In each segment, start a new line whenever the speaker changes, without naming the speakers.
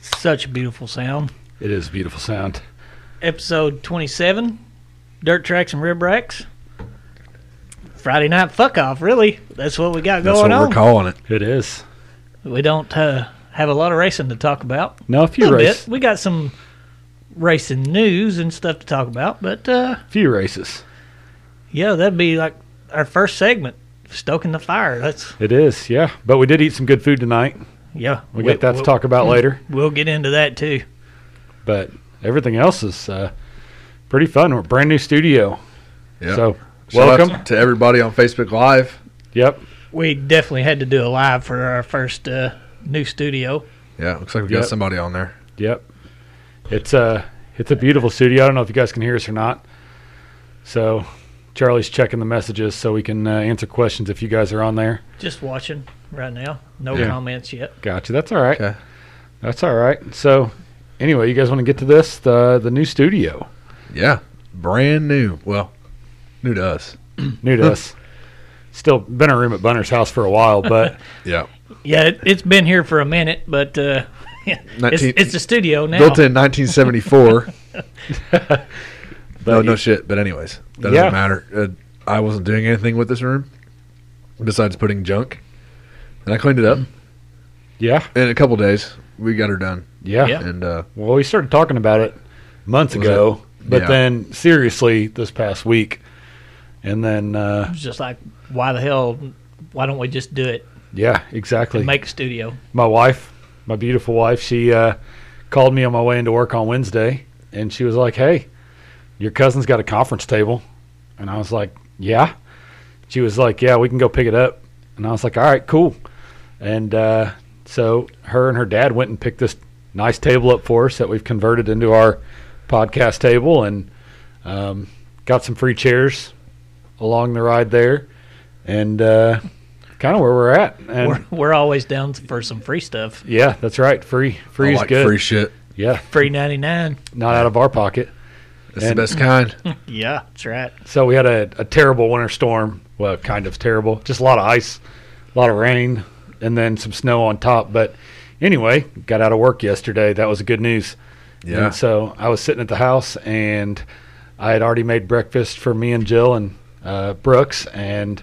Such a beautiful sound.
It is a beautiful sound.
Episode 27 Dirt Tracks and Rib Racks. Friday night fuck off, really. That's what we got
That's
going
what
on.
we're calling it.
It is.
we don't uh, have a lot of racing to talk about.
Now, a
A
few
little
race,
bit. We got some racing news and stuff to talk about, but uh,
few races.
yeah, that'd be like our first segment, Stoking the Fire. That's,
It is, yeah. But we did eat some good food tonight.
yeah.
We got that to talk about later.
We'll get into that too.
But everything else is uh, pretty fun. We're a brand new studio.
Yeah.
So,
Shout out
welcome.
to everybody on Facebook Live.
Yep.
We definitely had to do a live for our first uh, new studio.
Yeah, looks like we got
Yep.
somebody on there.
Yep. It's a it's a beautiful studio. I don't know if you guys can hear us or not. So Charlie's checking the messages so we can uh, answer questions if you guys are on there.
Just watching right now. No
Yeah.
comments yet.
Gotcha. That's all right.
Okay.
That's all right. So anyway, you guys want to get to this the the new studio.
Yeah, brand new. Well, new to us.
New to us. Still been a room at Bunner's house for a while, but
Yeah,
Yeah, it, it's been here for a minute, but uh, it's,
19
it's a studio now.
built in 1974. no,
But
Oh, no
you-
shit. But anyways, that
Yeah.
doesn't matter. Uh, I wasn't doing anything with this room besides putting junk, and I cleaned it up
yeah,
in a couple days. We got her done,
yeah,
Yeah.
and uh,
Well, we started talking about it months
Was
ago, but
Yeah.
then seriously this past week, and then uh,
It's just like, why the hell? Why don't we just do it?
yeah, exactly.
And make a studio.
my wife, my beautiful wife, she uh, called me on my way into work on Wednesday, and she was like, "Hey, your cousin's got a conference table," and I was like, "Yeah." She was like, "Yeah, we can go pick it up," and I was like, "All right, cool." And uh, so her and her dad went and picked this nice table up for us that we've converted into our podcast table, and um, got some free chairs along the ride there, and uh, kind of where we're at. And
We're, we're always down for some free stuff.
yeah, that's right. Free, free
I
is
like
good.
free shit.
Yeah,
Free ninety nine.
not out of our pocket.
It's
And-
the best kind.
Yeah, that's right.
So we had a, a terrible winter storm. Well, kind of terrible. Just a lot of ice, a lot of rain, and then some snow on top. But anyway, got out of work yesterday. That was good news.
Yeah,
And so I was sitting at the house, and I had already made breakfast for me and Jill and uh, Brooks. And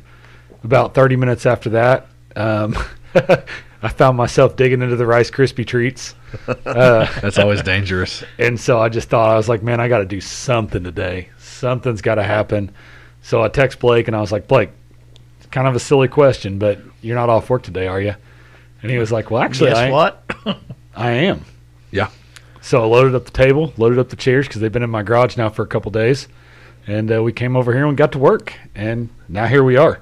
about 30 minutes after that, um, I found myself digging into the Rice Krispie treats. Uh,
that's always dangerous.
And so I just thought, I was like, man, I got to do something today. Something's got to happen. So I text Blake and I was like, Blake, it's kind of a silly question, but you're not off work today, are you? And he was like, well, actually,
Guess
I,
what?
I am.
Yeah.
So I loaded up the table, loaded up the chairs because they've been in my garage now for a couple days. And uh, we came over here and got to work. And now here we are.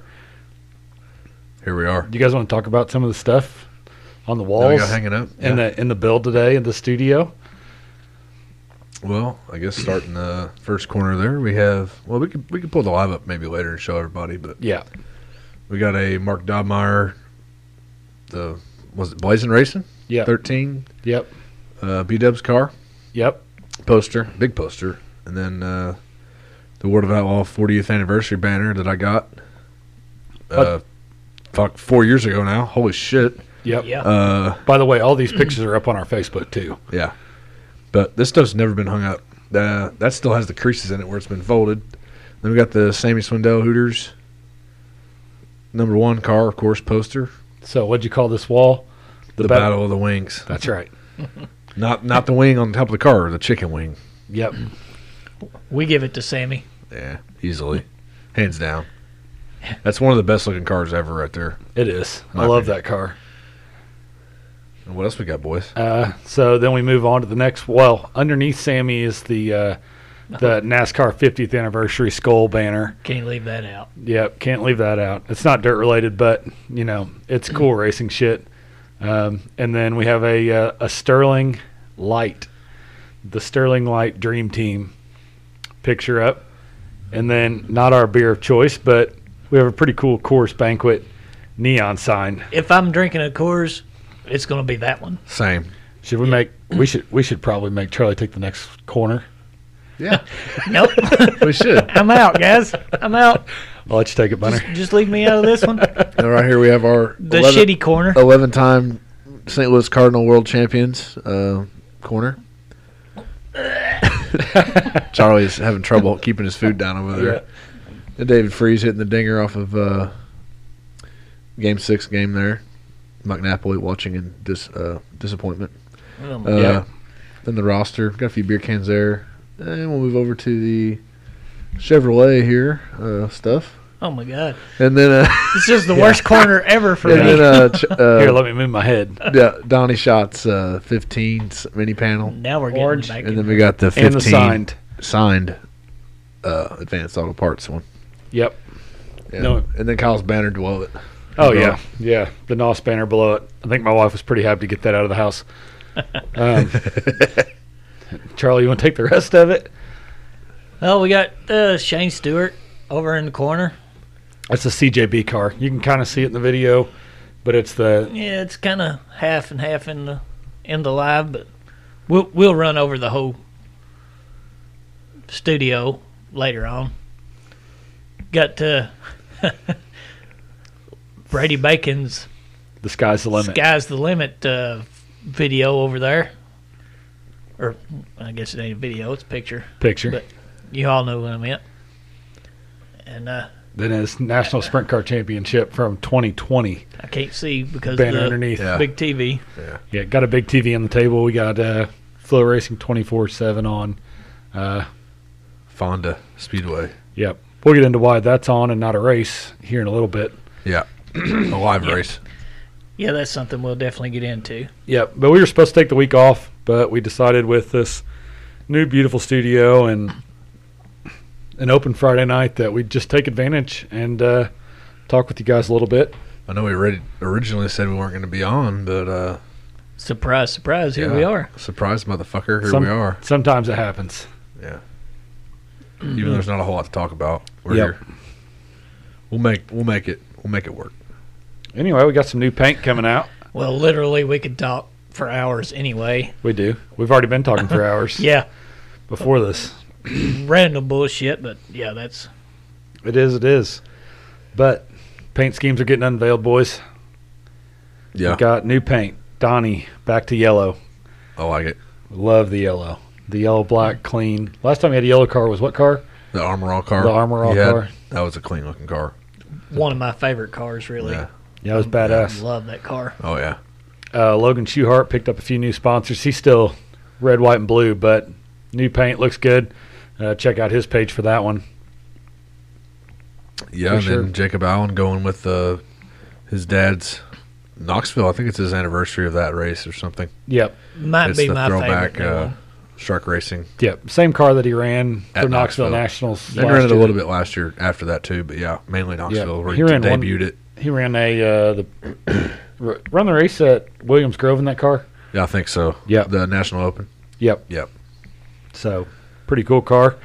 Here we are.
Do you guys want to talk about some of the stuff on the
Now we
walls
got hanging up.
in, the, in the build today in the studio?
Well, I guess starting the first corner there, we have. Well, we could we could pull the live up maybe later and show everybody, but
Yeah.
we got a Mark Dobmeyer. The was it Blazing Racing?
Yep.
thirteen.
Yep.
Uh, B Dub's car
Yep.
poster, big poster, and then uh, the World of Outlaw 40th anniversary banner that I got. Uh, fuck, four years ago now. Holy shit.
Yep.
Yeah.
Uh,
By the way, all these pictures are up on our Facebook too.
yeah, but this stuff's never been hung up. Uh, that still has the creases in it where it's been folded. Then we got the Sammy Swindell Hooters number one car, of course, poster.
So, what'd you call this wall?
The,
bat-
Battle. of the Wings.
That's right.
Not not the wing on top of the car, the chicken wing.
Yep.
we give it to Sammy.
Yeah, easily, hands down. That's one of the best looking cars ever, right there.
It is.
My
I love
bad.
that car.
And what else we got, boys?
Uh, so then we move on to the next. Well, underneath Sammy is the uh, the NASCAR 50th anniversary skull banner.
Can't leave that out.
Yep, can't leave that out. It's not dirt related, but you know it's cool racing shit. Um, and then we have a uh, a Sterling Light, the Sterling Light Dream Team picture up, and then not our beer of choice, but we have a pretty cool course banquet neon sign.
If I'm drinking a Coors, it's going to be that one.
Same.
Should we make? We should we should probably make Charlie take the next corner.
Yeah,
Nope.
we should.
I'm out, guys. I'm out.
I'll let you take it, Bunner.
Just, just leave me out of this one.
And right here we have our
The
11,
shitty corner.
eleven-time St. Louis Cardinal world champions, uh, corner. Charlie's having trouble keeping his food down over there. And David Freeze hitting the dinger off of uh, game six game there. Mike Napoli watching in dis, uh, disappointment.
Um,
Uh,
Yeah.
Then the roster got a few beer cans there, and we'll move over to the Chevrolet here uh, stuff,
oh my god,
and then uh,
this is the worst corner ever for
and
me.
then uh, ch-
Here,
uh,
let me move my head.
yeah, Donnie shots uh, 15 's mini panel,
Mm,
now we're getting
Orange.
back.
and
in.
then we got the 15
And the signed.
signed uh, advanced auto parts one.
Yep.
Yeah.
No.
And then Kyle's banner dwell it.
Oh
No.
yeah, yeah. The NOS banner below it. I think my wife was pretty happy to get that out of the house. Um, Charlie, you want to take the rest of it?
well, we got uh, Shane Stewart over in the corner.
That's a CJB car. You can kind of see it in the video, but it's the
Yeah, it's kind of half and half in the in the live, but we'll we'll run over the whole studio later on. Got uh, Brady Bacon's
the sky's the limit.
"Sky's the Limit" uh, video over there, or I guess it ain't a video; it's a picture.
picture.
But- You all know what I meant. And uh,
then it's National Sprint Car Championship from 2020
I can't see because
banner
of the
underneath.
Yeah.
big TV.
Yeah, got a big TV on the table. We got uh, Flow Racing 24 7 on. Uh,
Fonda Speedway.
yep. We'll get into why that's on and not a race here in a little bit.
Yeah, a live race.
Yeah, that's something we'll definitely get into.
Yep. But we were supposed to take the week off, but we decided with this new beautiful studio and an open Friday night that we'd just take advantage and uh, talk with you guys a little bit.
I know we read, originally said we weren't going to be on, but uh,
Surprise, surprise! Here we
yeah,
are.
Surprise, motherfucker! Here
Some-
we are.
Sometimes it happens.
Even though there's not a whole lot to talk about, we're
Mm-hmm. Yep.
here. We'll make we'll make it we'll make it work.
Anyway, we got some new paint coming out.
Well, literally, we could talk for hours anyway.
We do. We've already been talking for hours
Yeah,
before this.
random bullshit, but yeah, that's
It is, it is. But paint schemes are getting unveiled, boys.
Yeah,
We got new paint. Donnie, back to yellow.
I like it.
Love the yellow. The yellow, black, clean. Last time we had a yellow car was what car?
The armor all car.
The Armor All
Yeah,
car.
That was a clean looking car.
one of my favorite cars. Really,
Yeah.
Yeah, it was badass.
love that car.
Oh yeah.
Uh, Logan Schuhart picked up a few new sponsors. He's still red, white, and blue, but new paint looks good. Uh, check out his page for that one.
Yeah,
For
and
sure.
then Jacob Allen going with uh, his dad's Knoxville. I think it's his anniversary of that race or something.
Yep,
Might
it's
be
the
my
throwback
favorite.
uh,
one.
Shark Racing.
yep. Same car that he ran
At
for Knoxville,
Knoxville.
Nationals.
They
last
ran it a
year.
little bit last year after that too, but yeah, mainly Knoxville where
He
he
ran one-
debuted it.
He ran a uh, the r- run the race at Williams Grove in that car.
Yeah, I think so.
Yep.
the National Open.
Yep.
Yep.
So pretty cool car.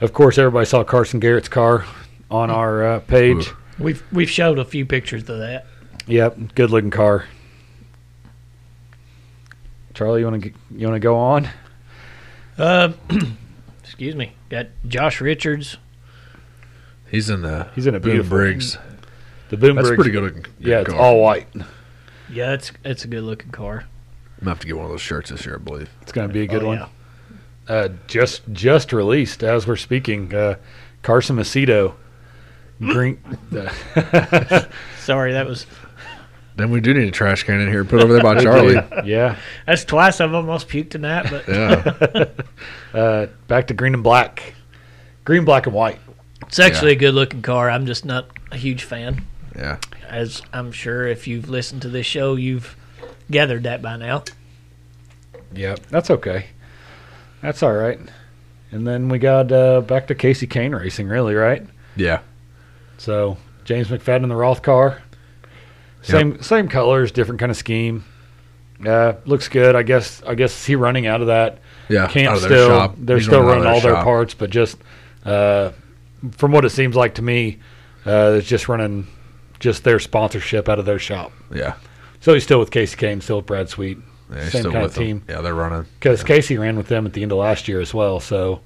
Of course, everybody saw Carson Garrett's car
Mm.
on our uh, page.
Oof.
We've we've showed a few pictures of that.
Yep, good looking car. Charlie, you want to you want to go on?
Uh, excuse me. Got Josh Richards.
He's in the
He's in a
Boone
beautiful-
Briggs.
The boom.
That's
bridge-
pretty good looking.
Yeah, it's
car.
all white.
Yeah, it's it's a good looking car.
I'm gonna have to get one of those shirts this year, I believe.
It's going to be a good
Oh,
one.
yeah.
Uh, just just released as we're speaking. Uh, Carson Macedo, green. uh,
Sorry, that was
Then we do need a trash can in here. Put it over there by Charlie.
yeah,
that's twice I've almost puked tonight. But
yeah,
uh, back to green and black, green, black, and white.
it's actually a good looking car. I'm just not a huge fan.
yeah.
as I'm sure if you've listened to this show, you've gathered that by now.
Yeah, that's okay. That's all right. And then we got uh, back to Casey Kane racing, really, right?
Yeah.
So James McFadden in the Roth car, same same colors, different kind of scheme. Uh, looks good, I guess. I guess is he running out of that
Yeah.
camp
out of their
still.
shop.
They're
He's
still
out of
running all their
shop.
parts, but just uh, from what it seems like to me, uh, it's just running just their sponsorship out of their shop.
Yeah.
So he's still with Casey Kane, still with Brad Sweet,
yeah he's
same
still
kind
with
of
them.
team.
Yeah, they're running.
Because Casey ran with them at the end of last year as well. So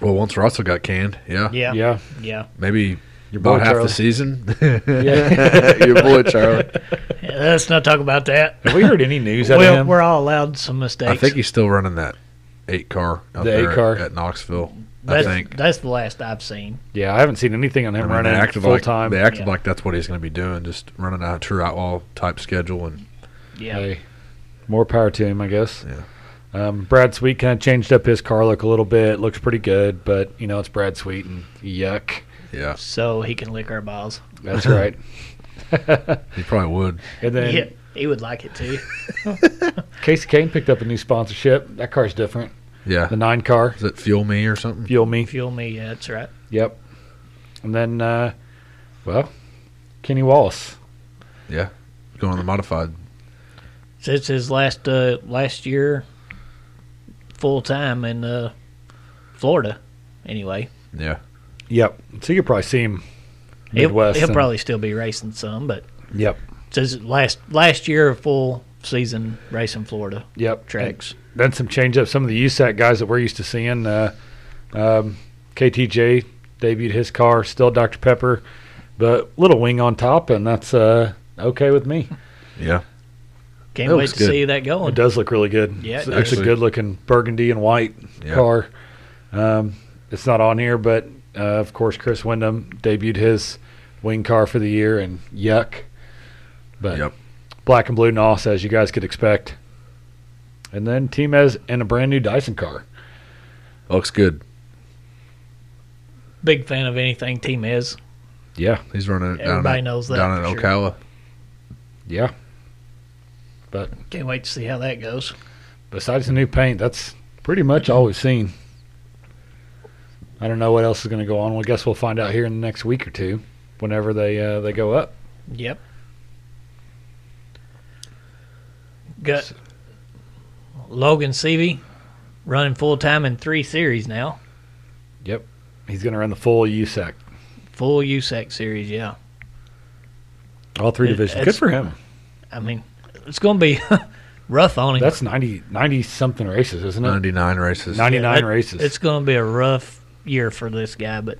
Well, once Russell got canned, yeah,
Yeah.
yeah,
Yeah.
maybe
Your boy
About half
Charlie.
the season. Your boy Charlie.
Yeah, let's not talk about that.
Have we heard any news out
Well,
of him?
we're all allowed some mistakes.
I think he's still running that eight car out
The
there
eight car.
at, at Knoxville.
that's,
I think.
that's the last I've seen.
Yeah, I haven't seen anything on him
I mean,
running
they acted
full
like
time.
they acted
Yeah.
like that's what he's going to be doing, just running a true outlaw type schedule. And
Yeah.
Hey, more power to him, I guess.
Yeah.
Um, Brad Sweet kind of changed up his car look a little bit. Looks pretty good, but you know it's Brad Sweet and yuck.
yeah,
So he can lick our balls.
That's right.
he probably would.
And then
yeah, he would like it too.
Casey Kane picked up a new sponsorship. That car's different.
Yeah,
The nine car,
does it fuel me or something?
fuel me.
Fuel me. Yeah, that's right.
Yep. And then, uh, well, Kenny Wallace.
Yeah, going on the modified.
Since his last uh, last year, full time in uh, Florida. Anyway,
Yeah,
Yep. So you could probably see him
He'll-
Midwest.
he'll
and-
probably still be racing some, but
Yep.
since last last year of full season racing Florida
Yep.
tracks.
then some change up. Some of the USAC guys that we're used to seeing. Uh, um, KTJ debuted his car, still Dr. Pepper, but little wing on top, and that's uh, okay with me.
yeah.
Can't
That
wait
looks
to
good.
see that
It
going.
does look really good.
Oh, Yeah, it
it's,
does.
it's a
Actually-
good looking burgundy and white
Yeah.
car. Um, it's not on here, but uh, of course, Chris Wyndham debuted his wing car for the year, and yuck. But
Yep.
black and blue NOS, as you guys could expect. And then Team has and a brand new Dyson car.
Looks good.
Big fan of anything team is.
Yeah,
He's running it down
Everybody
at,
knows that
down in
for sure.
Ocala.
yeah.
Can't wait to see how that goes.
Besides the new paint, that's pretty much all we've seen. I don't know what else is going to go on. Well, I guess we'll find out here in the next week or two, whenever they uh, they go up.
Yep. Got Logan Seavey running full time in three series now.
He's going to run the full USAC,
Full USAC series, yeah.
all three
It-
divisions. Good
it's-
for him.
I mean, it's going to be rough on him.
That's 90, 90 something races, isn't it?
Ninety nine races.
Ninety nine
Yeah, that-
races.
It's going to be a rough year for this guy, but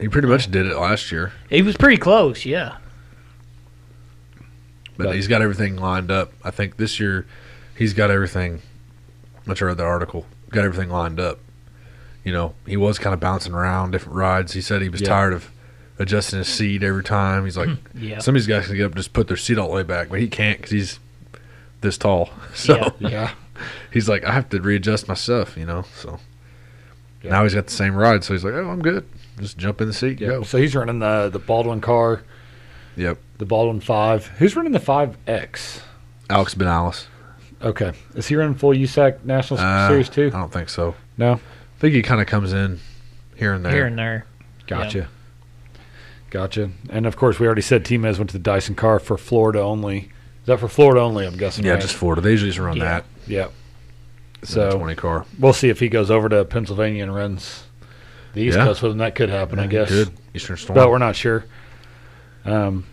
He pretty much did it last year,
he was pretty close, yeah.
but
But-
he's got everything lined up. I think this year, he's got everything. Much I read the article. Got everything lined up. You know, he was kind of bouncing around different rides. He said he was
Yeah.
tired of adjusting his seat every time. He's like,
Yeah.
some of these guys can get up and just put their seat all the way back, but he can't because he's this tall. So
Yeah.
yeah,
he's like, I have to readjust my stuff, you know. So
Yeah.
now he's got the same ride, so he's like, oh, I'm good. Just jump in the seat,
yeah.
go.
So he's running the the Baldwin car,
Yep.
the Baldwin five. Who's running the five X?
Alex Benalis.
Okay, is he running full USAC National
Uh,
Series too?
I don't think so.
No.
I think he kind of comes in here and there.
Here and there.
Gotcha. Gotcha. And of course, we already said Timez went to the Dyson car for Florida only. Is that for Florida only? I'm guessing.
yeah,
right?
just Florida. They usually just run
Yeah.
that.
yeah.
So
So
twenty car.
we'll see if he goes over to Pennsylvania and runs the East
Yeah.
Coast with him. That could happen, I guess.
Good. Eastern Storm.
But we're not sure. Um,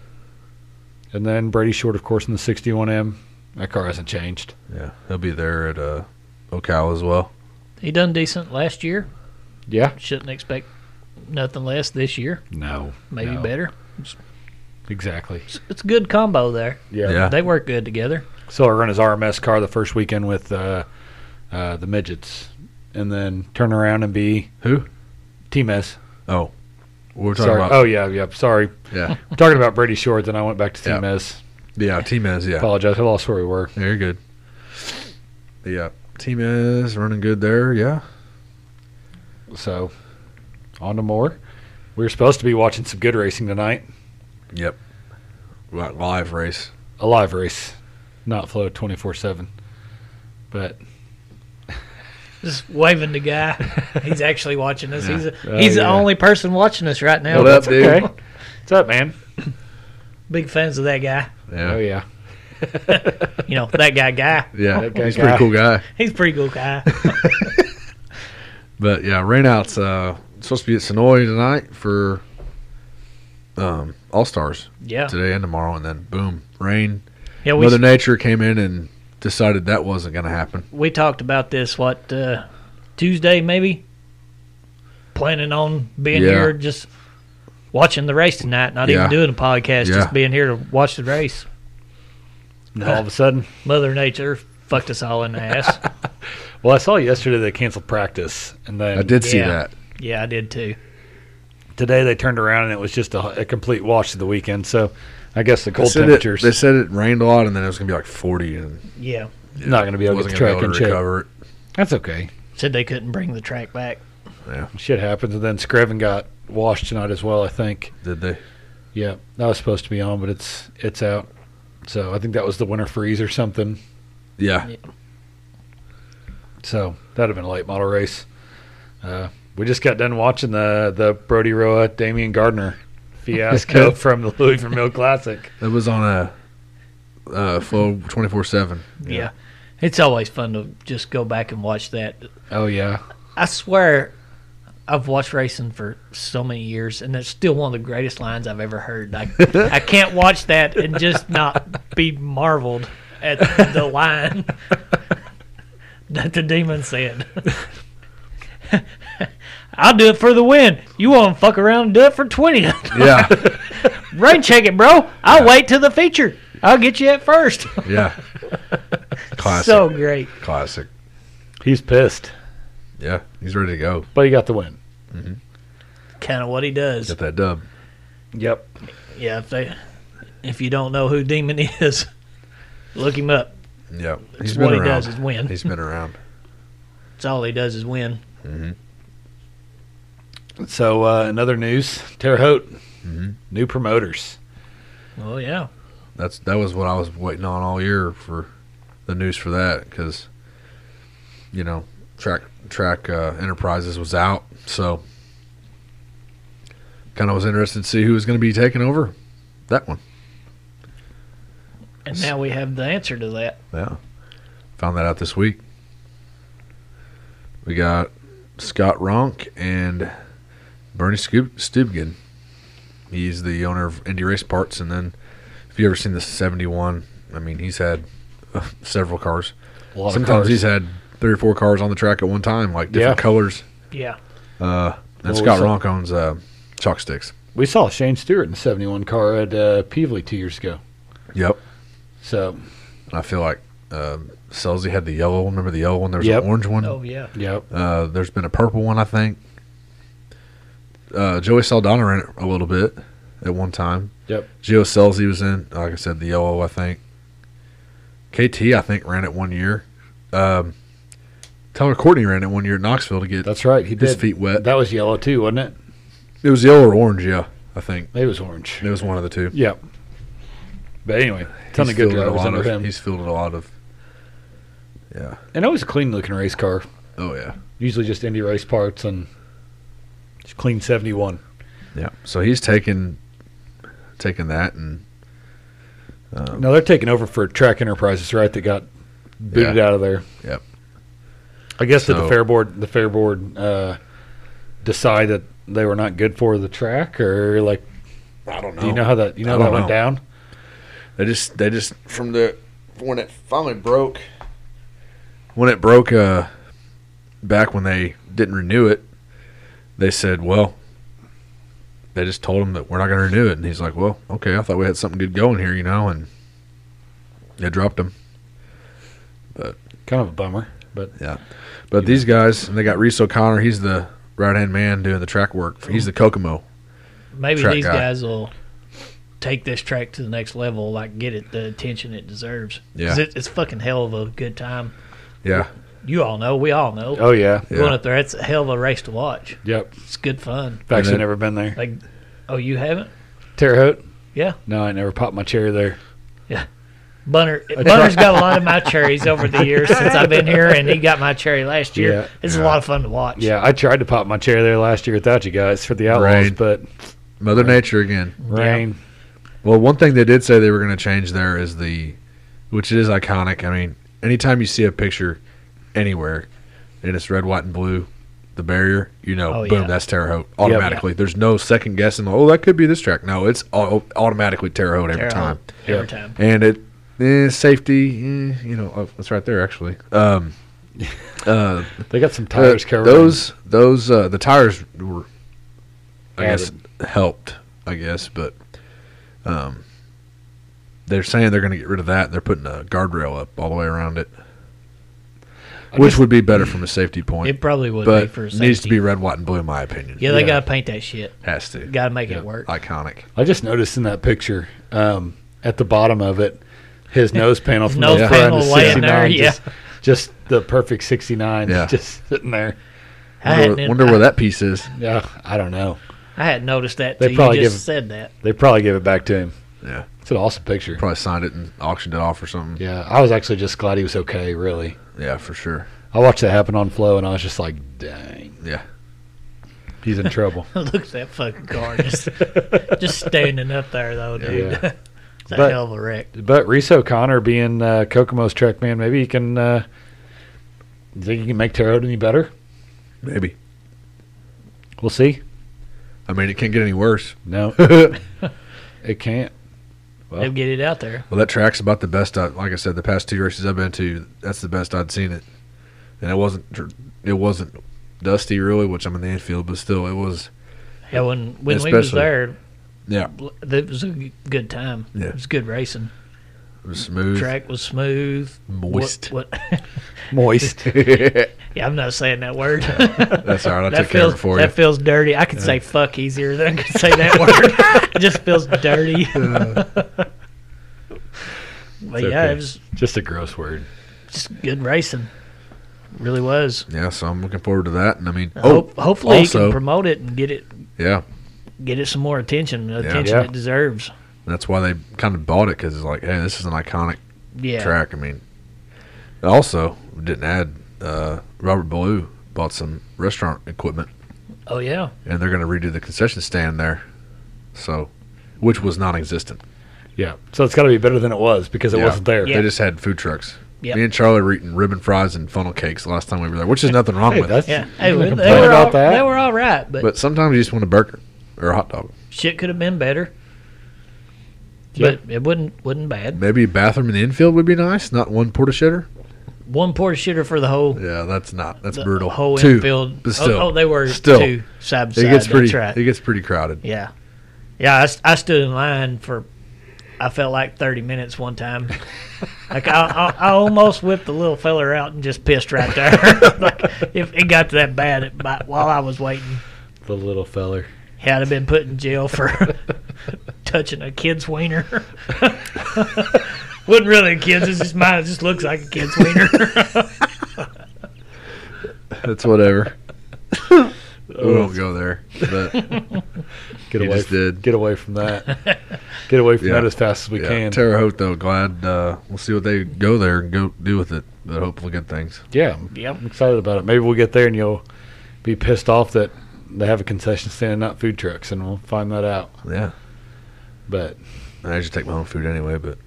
and then Brady Short, of course, in the 61M. That car hasn't changed.
yeah, he'll be there at uh, Ocala as well.
He done decent last year.
Yeah.
Shouldn't expect nothing less this year.
No.
Maybe
No.
better.
Exactly.
It's, it's a good combo there.
Yeah.
They work good together.
So I run his RMS car the first weekend with uh, uh, the midgets, and then turn around and be
Who?
Team S.
Oh, we were talking
Sorry.
about.
oh yeah, yeah. Sorry,
Yeah,
We're talking about Brady Short. Then I went back to Team
Yeah.
S.
yeah. Team is yeah.
Apologize. I lost where we were.
Yeah, you're good. Yeah, team is running good there. Yeah,
So on to more. We were supposed to be watching some good racing tonight.
Right, live race.
A live race, not flow twenty four seven. But
Just waving to guy. He's actually watching us. He's a,
Oh,
he's the
yeah.
only person watching us right now.
What up,
that's
dude?
okay. What's up, man?
Big fans of that guy.
Oh
Yeah,
yeah.
You know that guy. Guy.
yeah.
That guy-
He's a pretty cool guy.
He's a pretty cool guy.
But yeah, rainouts uh, supposed to be at Sonoy tonight for um, All Stars
Yeah.
today and tomorrow, and then boom, rain.
Yeah. We
Mother Nature came in and decided that wasn't going to happen.
we talked about this what uh, Tuesday maybe. Planning on being
Yeah.
here just watching the race tonight, not
Yeah.
even doing a podcast,
Yeah.
just being here to watch the race.
And all of a sudden,
Mother Nature fucked us all in the ass.
well, I saw yesterday they canceled practice, and then
I did see
Yeah.
that.
yeah, I did too.
today they turned around and it was just a, a complete wash of the weekend. So I guess the
They
cold
said, it,
temperatures
they said it rained a lot, and then it was gonna be like forty, and
Yeah.
not going to be able to get
wasn't
the
gonna
track
be
in
able to
shape.
recover it.
That's okay.
Said they couldn't bring the track back.
Shit happens. And then Scriven got washed tonight as well. I think.
Did they?
Yeah, that was supposed to be on, but it's it's out. So I think that was the winter freeze or something.
Yeah,
Yeah.
So that'd have been a late model race. Uh, we just got done watching the the Brody Roa Damian Gardner fiasco from the Louis Vermeil Classic.
it was on a uh, flow twenty four seven.
Yeah. It's always fun to just go back and watch that.
Oh yeah,
I swear I've watched racing for so many years and it's still one of the greatest lines I've ever heard. I, I can't watch that and just not be marveled at the line that the demon said. I'll do it for the win. You want to fuck around and do it for 20.
Yeah,
Rain check it, bro. I'll wait till the feature. I'll get you at first.
yeah. Classic,
so great.
classic.
he's pissed,
Yeah, he's ready to go.
but he got the win.
Kind of what he does.
Get that dub.
Yep.
Yeah, if they if you don't know who Demon is, look him up.
Yeah,
It's what he does is win.
He's been around. Mm-hmm,
That's all he does is win.
So uh, another news: Terre Haute,
mm-hmm.
new promoters.
Oh yeah.
That's that was what I was waiting on all year for the news for that because you know track track uh, enterprises was out, so kind of was interested to see who was going to be taking over that one.
And now we have the answer to that.
Yeah, found that out this week. We got Scott Ronk and Bernie Scoop Stubgen. He's the owner of Indy Race Parts, and then if you ever seen the '71, I mean, he's had uh, several cars.
A lot
Sometimes
of cars.
he's had three or four cars on the track at one time, like different
Yeah.
colors.
Yeah.
Uh,
Well,
and
we
Scott
saw-
Ronk owns uh, Chalk Sticks.
we saw Shane Stewart in the '71 car at uh, Peevely two years ago.
Yep.
So
And I feel like uh, Selzy had the yellow. one. Remember the yellow one? There was
Yep.
an orange one.
Oh yeah.
yep,
Uh, there's been a purple one, I think. Uh, Joey Saldana ran it a little bit at one time.
Yep.
Gio Selzy was in, like I said, the yellow, I think. KT, I think, ran it one year. Um, Tyler Courtney ran it one year at Knoxville to get
that's right. He
his
did.
feet wet.
That was yellow too, wasn't it?
It was yellow or orange, yeah, I think.
It was orange.
It was one of the two.
Yep. But anyway, ton
He's
of good
fielded a
drivers
lot
under
of-
him,
He's fielded a lot of. Yeah.
and always a clean looking race car.
Oh yeah.
Usually just Indy race parts and just clean '71.
Yeah. So he's taken, taken that and um,
Now they're taking over for Track Enterprises, right? That got booted
Yeah.
out of there.
Yep.
I guess did the
So-
fair board the fair board uh, decide that they were not good for the track, or like
I don't know.
do you know how that you know
Oh, I
that
don't
went
know.
down?
They just they just from the when it finally broke. When it broke, uh, back when they didn't renew it, they said, "Well." They just told him that we're not going to renew it, and he's like, "Well, okay, I thought we had something good going here, you know," and they dropped him.
Kind of a bummer, but
But these guys, and they got Reese O'Connor. He's the right hand man doing the track work. He's the Kokomo.
Maybe
Track
these
guy.
guys will take this track to the next level, like get it the attention it deserves. 'Cause
Yeah.
It, it's fucking hell of a good time.
Yeah,
You all know, we all know.
oh yeah,
yeah.
Going up there, it's a hell of a race to watch.
yep.
It's good fun.
I've actually
then-
never been there.
Like, oh, you haven't?
Terre Haute?
Yeah.
No, I never popped my cherry there.
Bunner Bunner's got a lot of my cherries over the years since I've been here, and he got my cherry last year.
Yeah.
it's
Yeah.
a lot of fun to watch.
Yeah, I tried to pop my cherry there last year without you guys for the Outlaws,
Rain.
but
Mother Nature again.
rain.
Well, one thing they did say they were going to change there is the, which is iconic. I mean, anytime you see a picture anywhere, and it's red, white, and blue, the barrier, you know,
Oh,
boom,
yeah.
that's Terre Haute automatically. There's no second guessing. Oh, that could be this track. No, it's au- automatically Terre Haute every
Terre
time.
Haute, every time.
and it eh, safety eh, you know oh, that's right there actually um uh
They got some tires
uh,
covered.
those those uh the tires were i guess helped I guess, but um, they're saying they're going to get rid of that. And they're putting a guardrail up all the way around it,
I
which
guess-
would be better from a safety point.
It probably would be
but
for safety.
needs to be red, white, and blue, in my opinion.
Yeah, they
Yeah.
gotta paint that shit.
has to.
Gotta make
Yeah.
it work.
Iconic.
I just noticed in that picture, um, at the bottom of it, his nose panel
His
from
nose
the front
panel
is
laying
69,
there,
just, just the perfect 69,
Yeah.
just sitting there.
I hadn't
Wonder,
even-
wonder
I,
where that piece is.
Yeah, I don't know.
I hadn't noticed that.
They
till
probably
you just
give-
said that.
They probably gave it back to him.
Yeah,
It's an awesome picture.
probably signed it and auctioned it off or something.
Yeah, I was actually just glad he was okay, really.
Yeah, for sure.
I watched that happen on Flow, and I was just like, dang.
Yeah.
He's in trouble.
Look at that fucking car just, just standing up there though, dude.
Yeah.
it's a
But-
hell of a wreck.
But Reese O'Connor being uh, Kokomo's track man, maybe he can. Uh, you think he can make Tarot any better?
Maybe.
We'll see.
I mean, it can't get any worse.
No, it can't. Well.
They'll get it out there.
Well, that track's about the best. I, like I said, the past two races I've been to, that's the best I'd seen it. And it wasn't, tr- it wasn't dusty really, which I'm in the infield, but still, it was.
Yeah, when when we was
Especially-
there,
Yeah,
l- it was a g- good time.
Yeah.
It was good racing.
it was smooth,
Track was smooth. What-
moist.
What,
Moist.
yeah, I'm not saying that word.
That's all right. I
that
took care
feels
of it for
that
you.
feels dirty. I could say fuck easier than I could say that word. it just feels dirty. but
It's
yeah,
okay.
it was
Just a gross word.
just good racing. Really was.
yeah, so I'm looking forward to that. And I mean, oh,
Uh, Hope, hopefully he
also-
can promote it and get it
yeah,
get it some more attention, the attention
Yeah.
it deserves.
that's why they kind of bought it because it's like, hey, this is an iconic
Yeah.
track. I mean, also we didn't add uh, Robert Ballou bought some restaurant equipment,
Oh yeah.
and they're going to redo the concession stand there, so which was non-existent.
Yeah. So it's got to be better than it was because it
Yeah.
wasn't there.
Yeah.
They just had food trucks.
Yep.
Me and Charlie were eating ribbon fries and funnel cakes last time we were there, which is nothing wrong
Hey,
with.
that's,
Yeah.
you
Hey,
gonna
they were,
complain about
all,
that.
they were all right, but,
but sometimes you just want a burger or a hot dog.
shit could have been better.
Yeah.
But it wasn't wasn't bad.
Maybe a bathroom in the infield would be nice, not one porta shitter.
One poor shitter for the whole
Yeah, that's not. That's
the
brutal.
whole
Two,
infield.
but still,
oh, oh, they were
still.
two side by
it
side.
gets pretty.
That's right.
It gets pretty crowded.
Yeah, yeah. I, st- I stood in line for, I felt like thirty minutes one time. like I, I, I almost whipped the little feller out and just pissed right there. like if it got to that bad, it, might- while I was waiting,
The little feller.
had I been put in jail for touching a kid's wiener. Wasn't really a kid's. It's just mine. It just looks like a kid's wiener.
That's whatever. we won't go there. But
Get
He
away.
just
From,
did.
Get away from that. get away from
Yeah.
that as fast as we
yeah,
can.
Terre Haute though, glad uh, we'll see what they go there and go do with it. But hopefully, good things.
yeah. I'm-
Yep.
I'm excited about it. Maybe we'll get there and you'll be pissed off that they have a concession stand and not food trucks, and we'll find that out.
Yeah,
But
I usually take my own food anyway, but.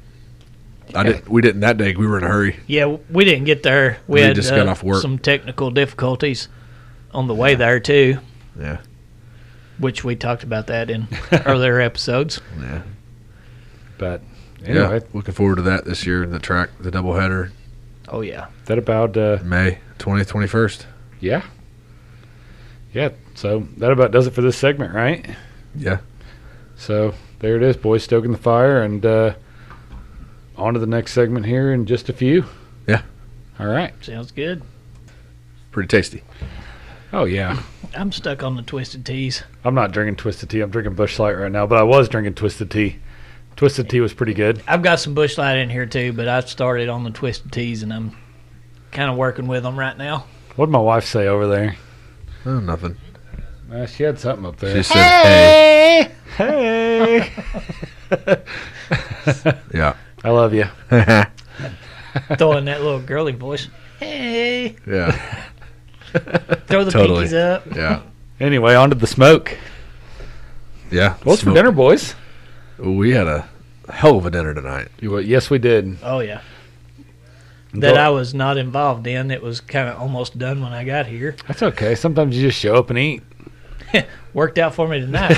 I didn't. We didn't that day. We were in a hurry.
Yeah, we didn't get there. We,
We
had
just
uh,
got off work.
some technical difficulties on the way there too,
Yeah.
which we talked about that in earlier episodes.
Yeah.
but anyway,
Yeah. Looking forward to that this year in the track, the doubleheader,
Oh yeah,
that about uh,
May 20th, 21st.
yeah, yeah. So that about does it for this segment, right?
Yeah.
So there it is, boys, stoking the fire, and uh, on to the next segment here in just a few.
Yeah.
All right.
sounds good.
Pretty tasty.
Oh yeah.
I'm stuck on the twisted teas.
I'm not drinking twisted tea. I'm drinking Bush Light right now, but I was drinking twisted tea. Twisted tea was pretty good.
I've got some bush light in here too, but I started on the twisted teas and I'm kind of working with them right now.
What did my wife say over there?
Oh, nothing.
Uh, she had something up
She
there.
said, hey.
hey,
Yeah.
I love you.
Throw in that little girly voice. Hey,
Yeah.
throw the
Totally.
pinkies up.
Yeah.
Anyway, on to the smoke.
Yeah.
What's for
Smoke.
dinner, boys?
We had a hell of a dinner tonight.
You what? Yes, we did.
Oh yeah. That
Go-
I was not involved in. It was kind of almost done when I got here.
That's okay. Sometimes you just show up and eat.
Worked out for me tonight.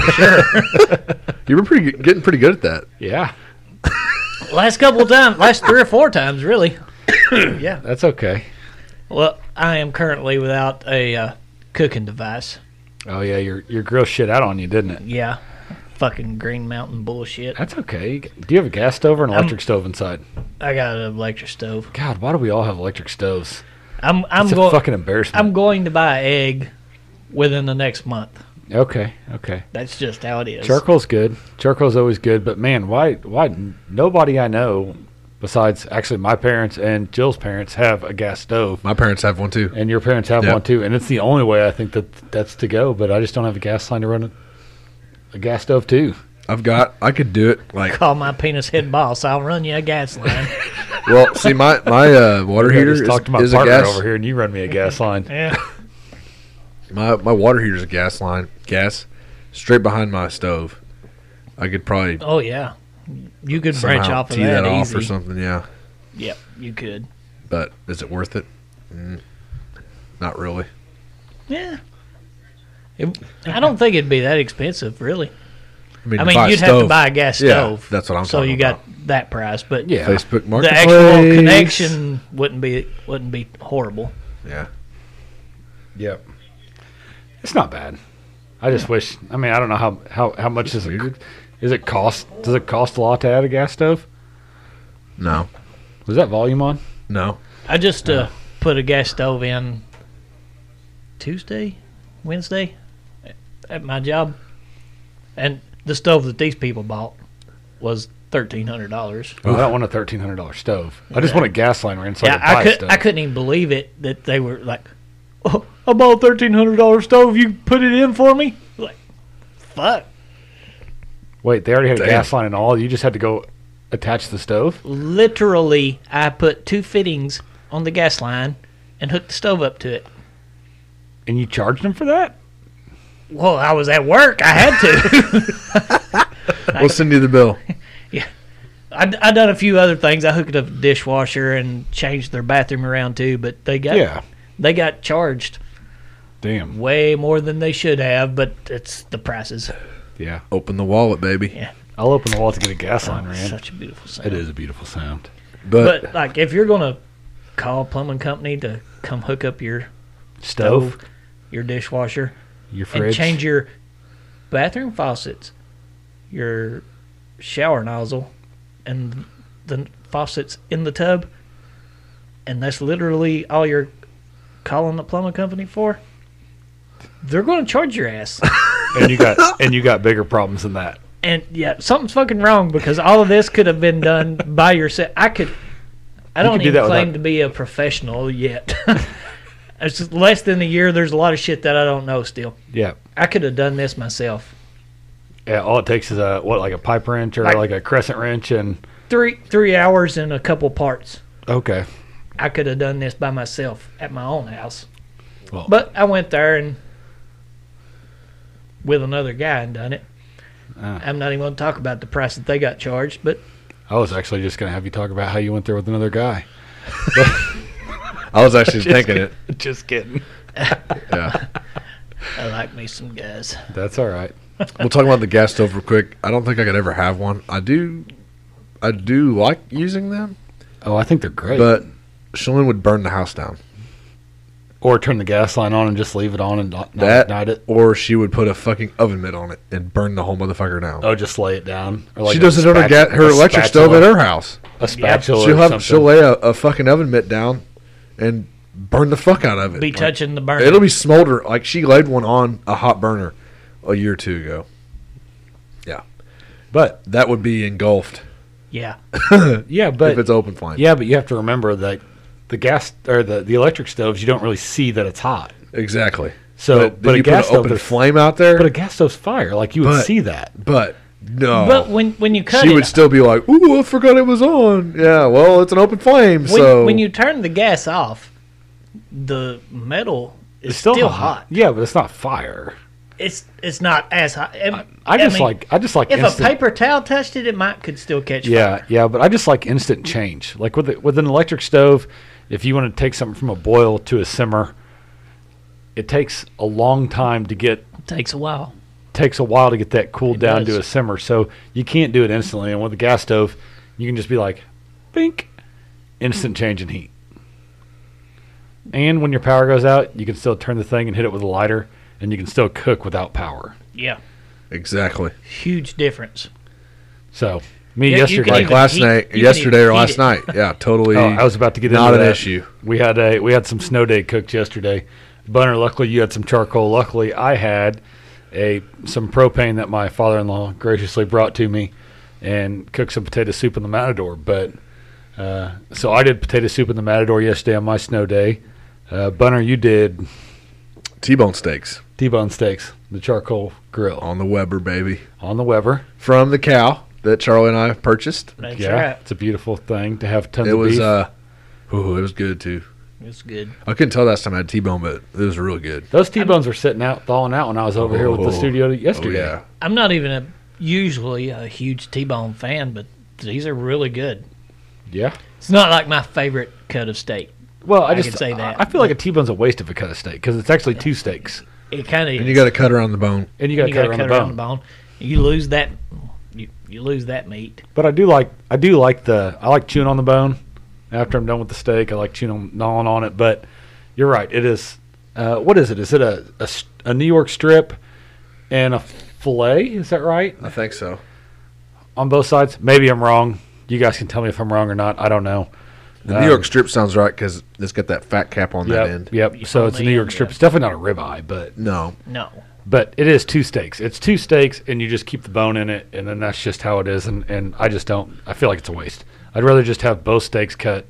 You were pretty getting pretty good at that.
Yeah,
last couple of times, last three or four times, really. yeah.
that's okay.
Well, I am currently without a uh, cooking device.
Oh yeah, your your grill shit out on you, didn't it?
Yeah. fucking Green Mountain bullshit.
That's okay. Do you have a gas stove or an electric stove inside?
I got an electric stove.
God, why do we all have electric stoves?
I'm I'm
It's a
going
fucking embarrassment.
I'm going to buy an egg within the next month.
okay, okay.
That's just how it is.
Charcoal's good. Charcoal's always good, but man, why why nobody I know besides actually my parents and Jill's parents have a gas stove.
My parents have one too.
And your parents have
Yeah.
one too, and it's the only way I think that that's to go. But I just don't have a gas line to run a- a gas stove too.
I've got. I could do it. Like,
Call my penis head boss. I'll run you a gas line.
well, see, my my uh, water
I
heater
just
is,
talked to my
is a
partner
gas.
over here, and you run me a gas line.
yeah.
My my water heater is a gas line. Gas straight behind my stove. I could probably
Oh yeah. You could branch
somehow
off of
tee
that,
that, off
easy.
or something. Yeah,
Yep, you could.
but is it worth it? Mm, not really.
Yeah. It, I don't think it'd be that expensive, really. I
to
mean,
buy a
you'd have to
stove,
buy a gas
Yeah,
stove.
that's what I'm
So
talking
you got that price, but
Yeah,
Facebook
the
Marketplace.
actual connection wouldn't be wouldn't be horrible.
Yeah,
Yep. It's not bad. I just wish. I mean, I don't know how how how much is it? Is it cost? Does it cost a lot to add a gas stove?
no,
Was that volume on?
no.
I just uh, put a gas stove in Tuesday, Wednesday, at my job, and the stove that these people bought was thirteen hundred dollars.
Well, I don't want Oh, a thirteen hundred dollar stove. I just want a gas line ran so
Yeah,
I can buy
I could
stove.
I couldn't even believe it that they were like, oh, I bought a thirteen hundred dollar stove. You put it in for me? Like, fuck.
Wait, they already had a
Damn.
gas line and all. You just had to go attach the stove.
Literally, I put two fittings on the gas line and hooked the stove up to it.
And you charged them for that?
Well, I was at work. I had to.
We'll send you the bill.
I, I done a few other things. I hooked up a dishwasher and changed their bathroom around too. But they got
Yeah.
they got charged
Damn.
way more than they should have. But it's the prices.
Yeah.
Open the wallet, baby.
Yeah.
I'll open the wall to get a gas line ran.
Such a beautiful sound.
It is a beautiful sound.
But,
But like, if you're gonna call a plumbing company to come hook up your
Stove,
stove, your dishwasher,
your
and
fridge.
change your bathroom faucets, your shower nozzle, and the faucets in the tub, and that's literally all you're calling the plumbing company for. They're going to charge your ass,
and you got and you got bigger problems than that.
and yeah, something's fucking wrong because all of this could have been done by yourself. I could, I
You
don't
could do
even
that
claim
without-
to be a professional yet. it's just less than a year. There's a lot of shit that I don't know still.
Yeah.
I could have done this myself.
Yeah, all it takes is a what, like a pipe wrench or
Like-
like, a crescent wrench, and
three three hours and a couple parts.
okay,
I could have done this by myself at my own house.
Well-
but I went there and with another guy and done it.
Ah.
I'm not even going to talk about the price that they got charged, but
I was actually just gonna have you talk about how you went there with another guy.
I was actually thinking it.
Just kidding.
Yeah.
I like me some guys.
That's all right.
we'll talk about the gas stove real quick. I don't think I could ever have one. I do, I do like using them,
Oh, I think they're great.
but Shalyn would burn the house down.
or turn the gas line on and just leave it on and not, not
that
ignite it.
or she would put a fucking oven mitt on it and burn the whole motherfucker down.
Oh, just lay it down. Or
she
a
does it on her,
spac-
ga- her
a
electric
spatula-
stove at her house.
A spatula.
She'll
or
have she'll
something.
lay a, a fucking oven mitt down and burn the fuck out of it.
Be
Like,
touching the burner.
It'll be smolder. Like she laid one on a hot burner a year or two ago. Yeah, but that would be engulfed
yeah.
Yeah,
if
but
it's open flame.
yeah, but you have to remember that the gas or the, the electric stoves, you don't really see that it's hot.
exactly.
So,
then
but, a
you
gas
put an
stove,
open
is-
flame out there.
but
But,
a gas stove's fire. Like you would
But-
see that.
no,
But when when you cut
Oh. she
it,
would still be like, "Ooh, I forgot it was on." Yeah, well, it's an open flame,
when,
so
when you turn the gas off, the metal is still, hot.
Yeah, but it's not fire.
It's it's not as hot. I,
I just
mean,
like I just like
if
instant,
a paper towel touched it, it might could still catch fire.
Yeah, yeah, but I just like instant change. Like with the, with an electric stove, if you want to take something from a boil to a simmer, it takes a long time to get
takes a while.
takes a while to get that cooled
It
down
does.
to a simmer. So you can't do it instantly. And with a gas stove, you can just be like, bink, instant change in heat. And when your power goes out, you can still turn the thing and hit it with a lighter, and you can still cook without power.
Yeah.
Exactly.
Huge difference.
So me
Yeah, you
yesterday,
can
Like
even
last
heat- you
night,
can
yesterday
even
or
heat
last
it.
night. Yeah, totally.
Oh, I was about to get
not
into
an
that.
issue.
We had a we had some snow day cooked yesterday. Bunner, luckily you had some charcoal. Luckily I had a some propane that my father in law graciously brought to me and cooked some potato soup in the Matador. But uh, so I did potato soup in the Matador yesterday on my snow day. Uh, Bunner, you did
T-bone steaks
T-bone steaks, the charcoal grill
on the Weber, baby,
on the Weber.
from the cow that Charlie and I purchased.
That's
yeah,
right.
it's a beautiful thing to have tons
it
of
was
beef.
uh, ooh, it was good too.
It's good.
I couldn't tell last time I had T-bone, but it was real good.
Those T-bones were sitting out thawing out when I was over here with
Oh.
the studio
Oh,
yesterday.
yeah,
I'm not even a usually a huge T-bone fan, but these are really good.
yeah.
It's not like my favorite cut of steak.
Well, I,
I
just
could say
I-
that,
I, feel like a T-bone's a waste of a cut of steak because it's actually two steaks,
It kind
and you
of
got to cut her on the bone.
and you got to cut, around the bone.
You lose that. You, you lose that meat.
But I do like I do like the I like chewing on the bone after I'm done with the steak. I like chewing on, gnawing on it. But you're right. It is uh, what is it? Is it a, a s- a New York strip and a fillet? Is that right
I think so.
on both sides? Maybe I'm wrong. You guys can tell me if I'm wrong or not. I don't know.
The
Um,
New York strip sounds right because it's got that fat cap on that
Yep.
end.
Yep. So
On
it's a
the
New York
end,
strip.
yeah.
It's definitely not a ribeye, but
No,
No,
But it is two steaks. It's two steaks, and you just keep the bone in it, and then that's just how it is. And, and I just don't. I feel like it's a waste. I'd rather just have both steaks cut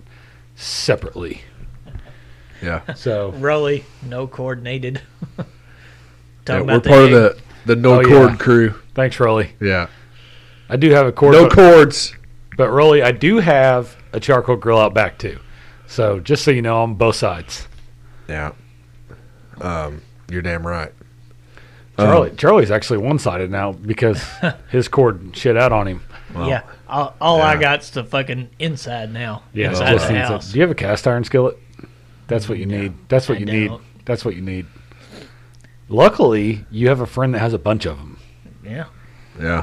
separately.
yeah,
So
really, no cord needed.
Yeah,
Talking
we're
about the
part of
egg.
the the no
Oh, yeah.
cord crew.
thanks, Rolly.
Yeah,
I do have a cord,
no
but,
cords.
but Rolly, I do have a charcoal grill out back too. So just so you know, on both sides,
Yeah, um, you're damn right. Um,
Charlie Charlie's actually one sided now because his cord shit out on him.
well,
yeah. All, all I
Yeah.
got's the fucking inside now.
Yeah,
inside
just
the
needs a-
house.
Do you have a cast iron skillet? That's what you need. That's what
I
you need.
don't.
That's what you need. Luckily, you have a friend that has a bunch of them
Yeah,
yeah.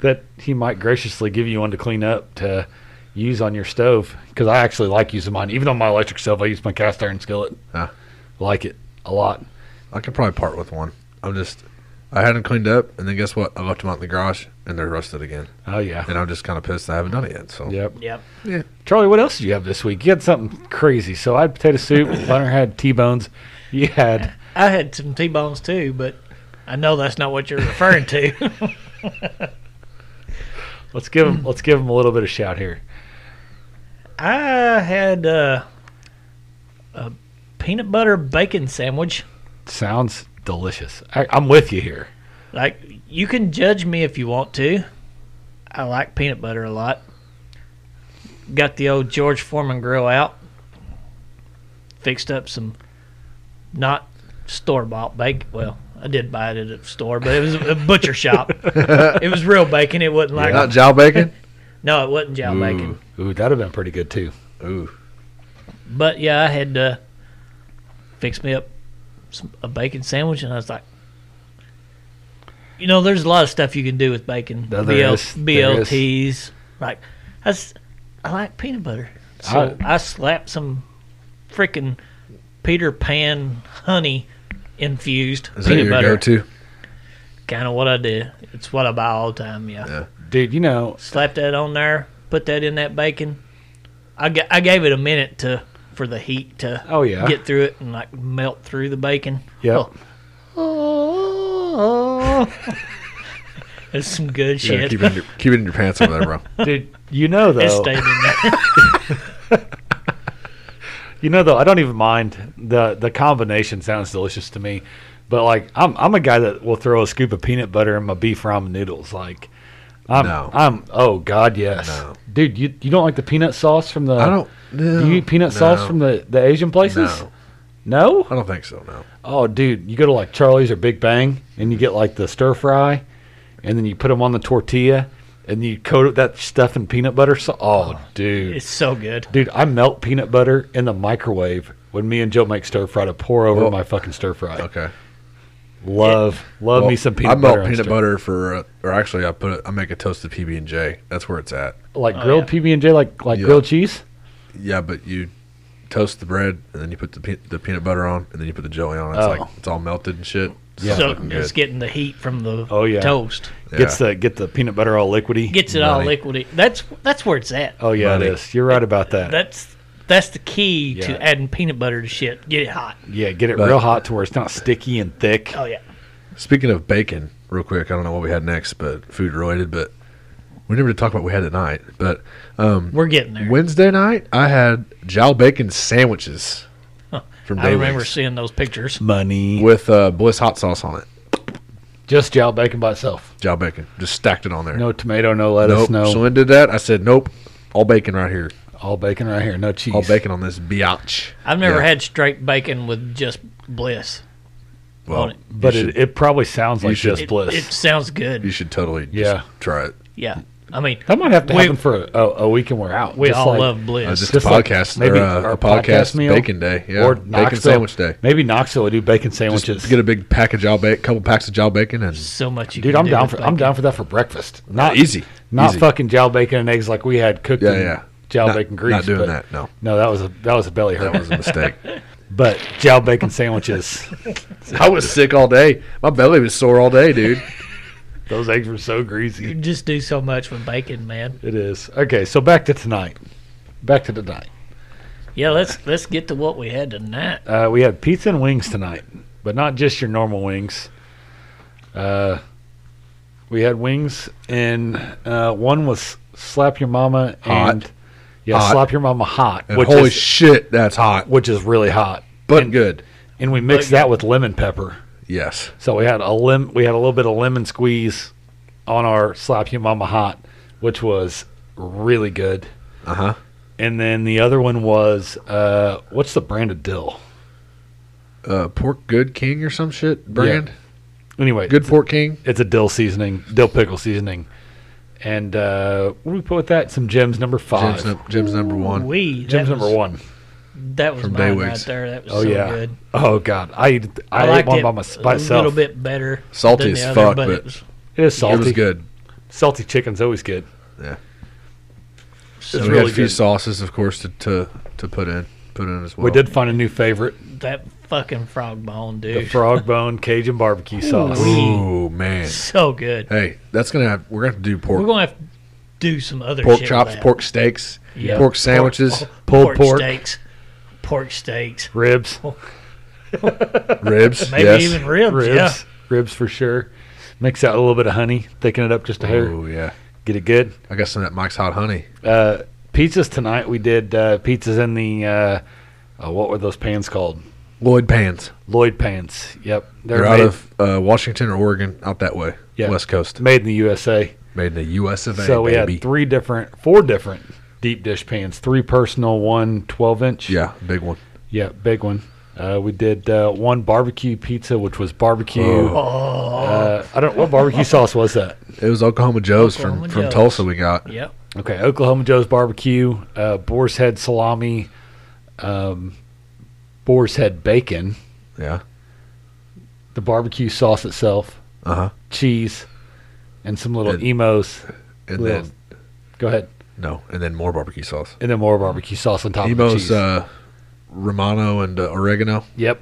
that he might graciously give you one to clean up to use on your stove. Because I actually like using mine, even on my electric stove. I use my cast iron skillet.
Ah.
Like it a lot.
I could probably part with one. I'm just, I had them cleaned up, and then guess what? I left them out in the garage, and they're rusted again.
Oh yeah.
And I'm just kind of pissed I haven't done it yet. So
Yep.
yep.
Charlie, what else did you have this week? You had something crazy. So I had potato soup. Bunner had T bones. You had
I had some T-bones too, but I know that's not what you're referring to.
let's give him let's give him a little bit of shout here.
I had uh, a peanut butter bacon sandwich.
Sounds delicious. I, I'm with you here.
Like you can judge me if you want to. I like peanut butter a lot. Got the old George Foreman grill out. Fixed up some not store bought bacon. Well, I did buy it at a store, but it was a butcher shop. It was real bacon. It wasn't like
not jowl bacon.
no, it wasn't jowl
Mm.
Ooh.
bacon.
Ooh, that'd have been pretty good too.
Ooh,
But yeah, I had uh, fixed me up some, a bacon sandwich, and I was like, you know, there's a lot of stuff you can do with bacon.
No, there is. There
BLTs, like I, s- I like peanut butter, so I, slapped some freaking Peter Pan honey infused
is that
peanut
your
butter.
go-to?
Kind of what I do. It's what I buy all the time. Yeah.
Yeah.
Dude, you know,
Slap that on there. Put that in that bacon. I, ga- I gave it a minute to for the heat to
oh yeah.
get through it and like melt through the bacon.
Yep.
That's some good
Yeah,
shit.
keep it in your keep it in your pants over there, bro.
Dude, you know
It
though.
stayed in there.
You know though, I don't even mind the the combination sounds delicious to me. But like I'm I'm a guy that will throw a scoop of peanut butter in my beef ramen noodles like I'm
No.
I'm oh god yes.
No.
Dude, you you don't like the peanut sauce from the
I don't.
Do you eat peanut sauce from the the Asian places?
No,
No?
I don't think so. No.
Oh, dude, you go to like Charlie's or Big Bang, and you get like the stir fry, and then you put them on the tortilla, and you coat that stuff in peanut butter. So, oh, dude,
It's so good.
dude, I melt peanut butter in the microwave when me and Joe make stir fry to pour over
Well-
my fucking stir fry.
Okay.
uh, Love, love
Well,
me some peanut
I
butter.
melt
on
peanut
stir-
butter for, uh, or actually, I put it, I make a toasted PB and J. That's where it's at.
like
Oh,
grilled
yeah.
PB and J, like like
Yeah.
grilled cheese.
Yeah, but you toast the bread and then you put the pe- the peanut butter on and then you put the jelly on. It's
Oh.
like it's all melted and shit.
Yeah,
so
fucking
it's
good.
getting the heat from the
Oh, yeah.
toast.
Gets
Yeah.
the get the peanut butter all liquidy.
Gets it all
Money.
liquidy. That's that's where it's at.
oh yeah,
Money.
it is. You're right about that.
That's that's the key
Yeah.
to adding peanut butter to shit. Get it hot.
yeah, get it
But-
real hot to where it's not sticky and thick.
Oh yeah.
Speaking of bacon, real quick, I don't know what we had next, but food related, but we never did talk about what we had tonight. But um,
We're getting there.
Wednesday night, I had jowl bacon sandwiches from
I
Dave's
remember seeing those pictures.
Money.
with uh, Bliss hot sauce on it.
Just jowl bacon by itself.
Jowl bacon, just stacked it on there.
No tomato, no lettuce,
nope.
no
Someone did that. I said, nope. All bacon right here.
all bacon right here, no cheese.
All bacon on this biatch.
I've never
Yeah.
had straight bacon with just bliss.
Well,
on it.
But
you
it, it probably sounds like
should-
just
It,
bliss.
it sounds
You
good.
should totally just
Yeah.
try it.
Yeah. I mean,
that might have to
we-
happen for a, a, a week and we're out.
we
Just
all
like-
love
Uh,
bliss.
just,
just
a
like
podcast
maybe
or uh,
our
a podcast,
podcast meal
bacon day. Yeah.
or
bacon
Knoxville.
sandwich day.
Maybe Knoxville would do bacon
Just
sandwiches.
get a big pack of jowl bacon, couple packs of jowl bacon, and
so much you
Dude,
can
I'm
do
down
with
for
bacon.
I'm down for that for breakfast. Not
easy.
not
Easy.
fucking jowl bacon and eggs like we had cooked.
Yeah,
in
yeah.
Jowl
Not-
bacon grease.
Not doing
but-
that. No,
No, that was a that was a belly
that
hurt.
was a mistake.
but jowl bacon sandwiches.
I was sick all day. My belly was sore all day, dude.
Those eggs were so
You
greasy.
can just do so much with bacon, man.
It is okay. So back to tonight. Back to tonight.
Yeah, let's let's get to what we had tonight.
Uh, we had pizza and wings tonight, but not just your normal wings. Uh, we had wings, and uh, one was slap your mama
Hot.
and yeah,
Hot.
slap your mama hot,
And
which
holy
is
shit, that's hot,
which is really hot.
but
and,
good.
and we mixed that with lemon pepper.
Yes,
So we had a lim we had a little bit of lemon squeeze on our slap your mama hot, which was really good.
uh huh.
And then the other one was uh, what's the brand of dill?
Uh, pork Good King or some shit brand.
Anyway,
Good Pork King.
It's a dill seasoning, dill pickle seasoning. And uh, what do we put with that? Some gems number five.
Jim's, num- Jim's number one.
We
Gems number one.
That was
from
mine right
Baywigs.
there. That was
Oh
so
yeah.
good.
Oh god, I ate- I, ate
liked
one
it
by, my, by
a
itself.
little bit better.
Salty
than the
as
other,
fuck,
but
but-
it was
It is salty.
It was good.
Salty chicken's always good.
so
we had a few sauces, of course, to, to to put in put in as well.
We did find a new favorite:
that fucking frog bone,
the
dude.
frog bone Cajun barbecue sauce.
Ooh man.
so good.
Hey, that's gonna have, we're gonna have to do pork
We're gonna have to do some other
pork
shit
chops,
with that.
pork steaks,
Yeah.
pork sandwiches,
Pulled pork.
steaks, pork steaks,
Ribs,
ribs.
maybe
yes.
even ribs.
ribs,
Yeah,
ribs for sure. Mix out a little bit of honey, thicken it up just a hair.
Oh yeah.
Get it good.
I got some of that Mike's hot honey.
Uh, pizzas tonight. We did uh, pizzas in the uh, uh, what were those pans called?
Lloyd pans.
Lloyd pans. Yep,
They're, out
made,
of uh, Washington or Oregon, out that way,
Yeah.
West Coast,
made in the USA.
made in the U.S. of A.
so we
baby.
had three different, four different deep dish pans. Three personal, one 12 inch.
yeah, big one.
yeah, big one. Uh, we did uh, one barbecue pizza, which was barbecue.
Oh.
Oh.
Uh, I don't what barbecue sauce was that?
It was Oklahoma Joe's
Oklahoma
from from
Joe's.
Tulsa. We got
yep.
Okay, Oklahoma Joe's barbecue, uh, boar's head salami, um, boar's head bacon,
yeah,
the barbecue sauce itself,
uh huh,
cheese, and some little
And-
emos.
and
little-
then
go ahead,
no, and then more barbecue sauce.
and then more barbecue sauce on top of the
Ebo's
cheese.
uh, Romano and uh, oregano,
yep,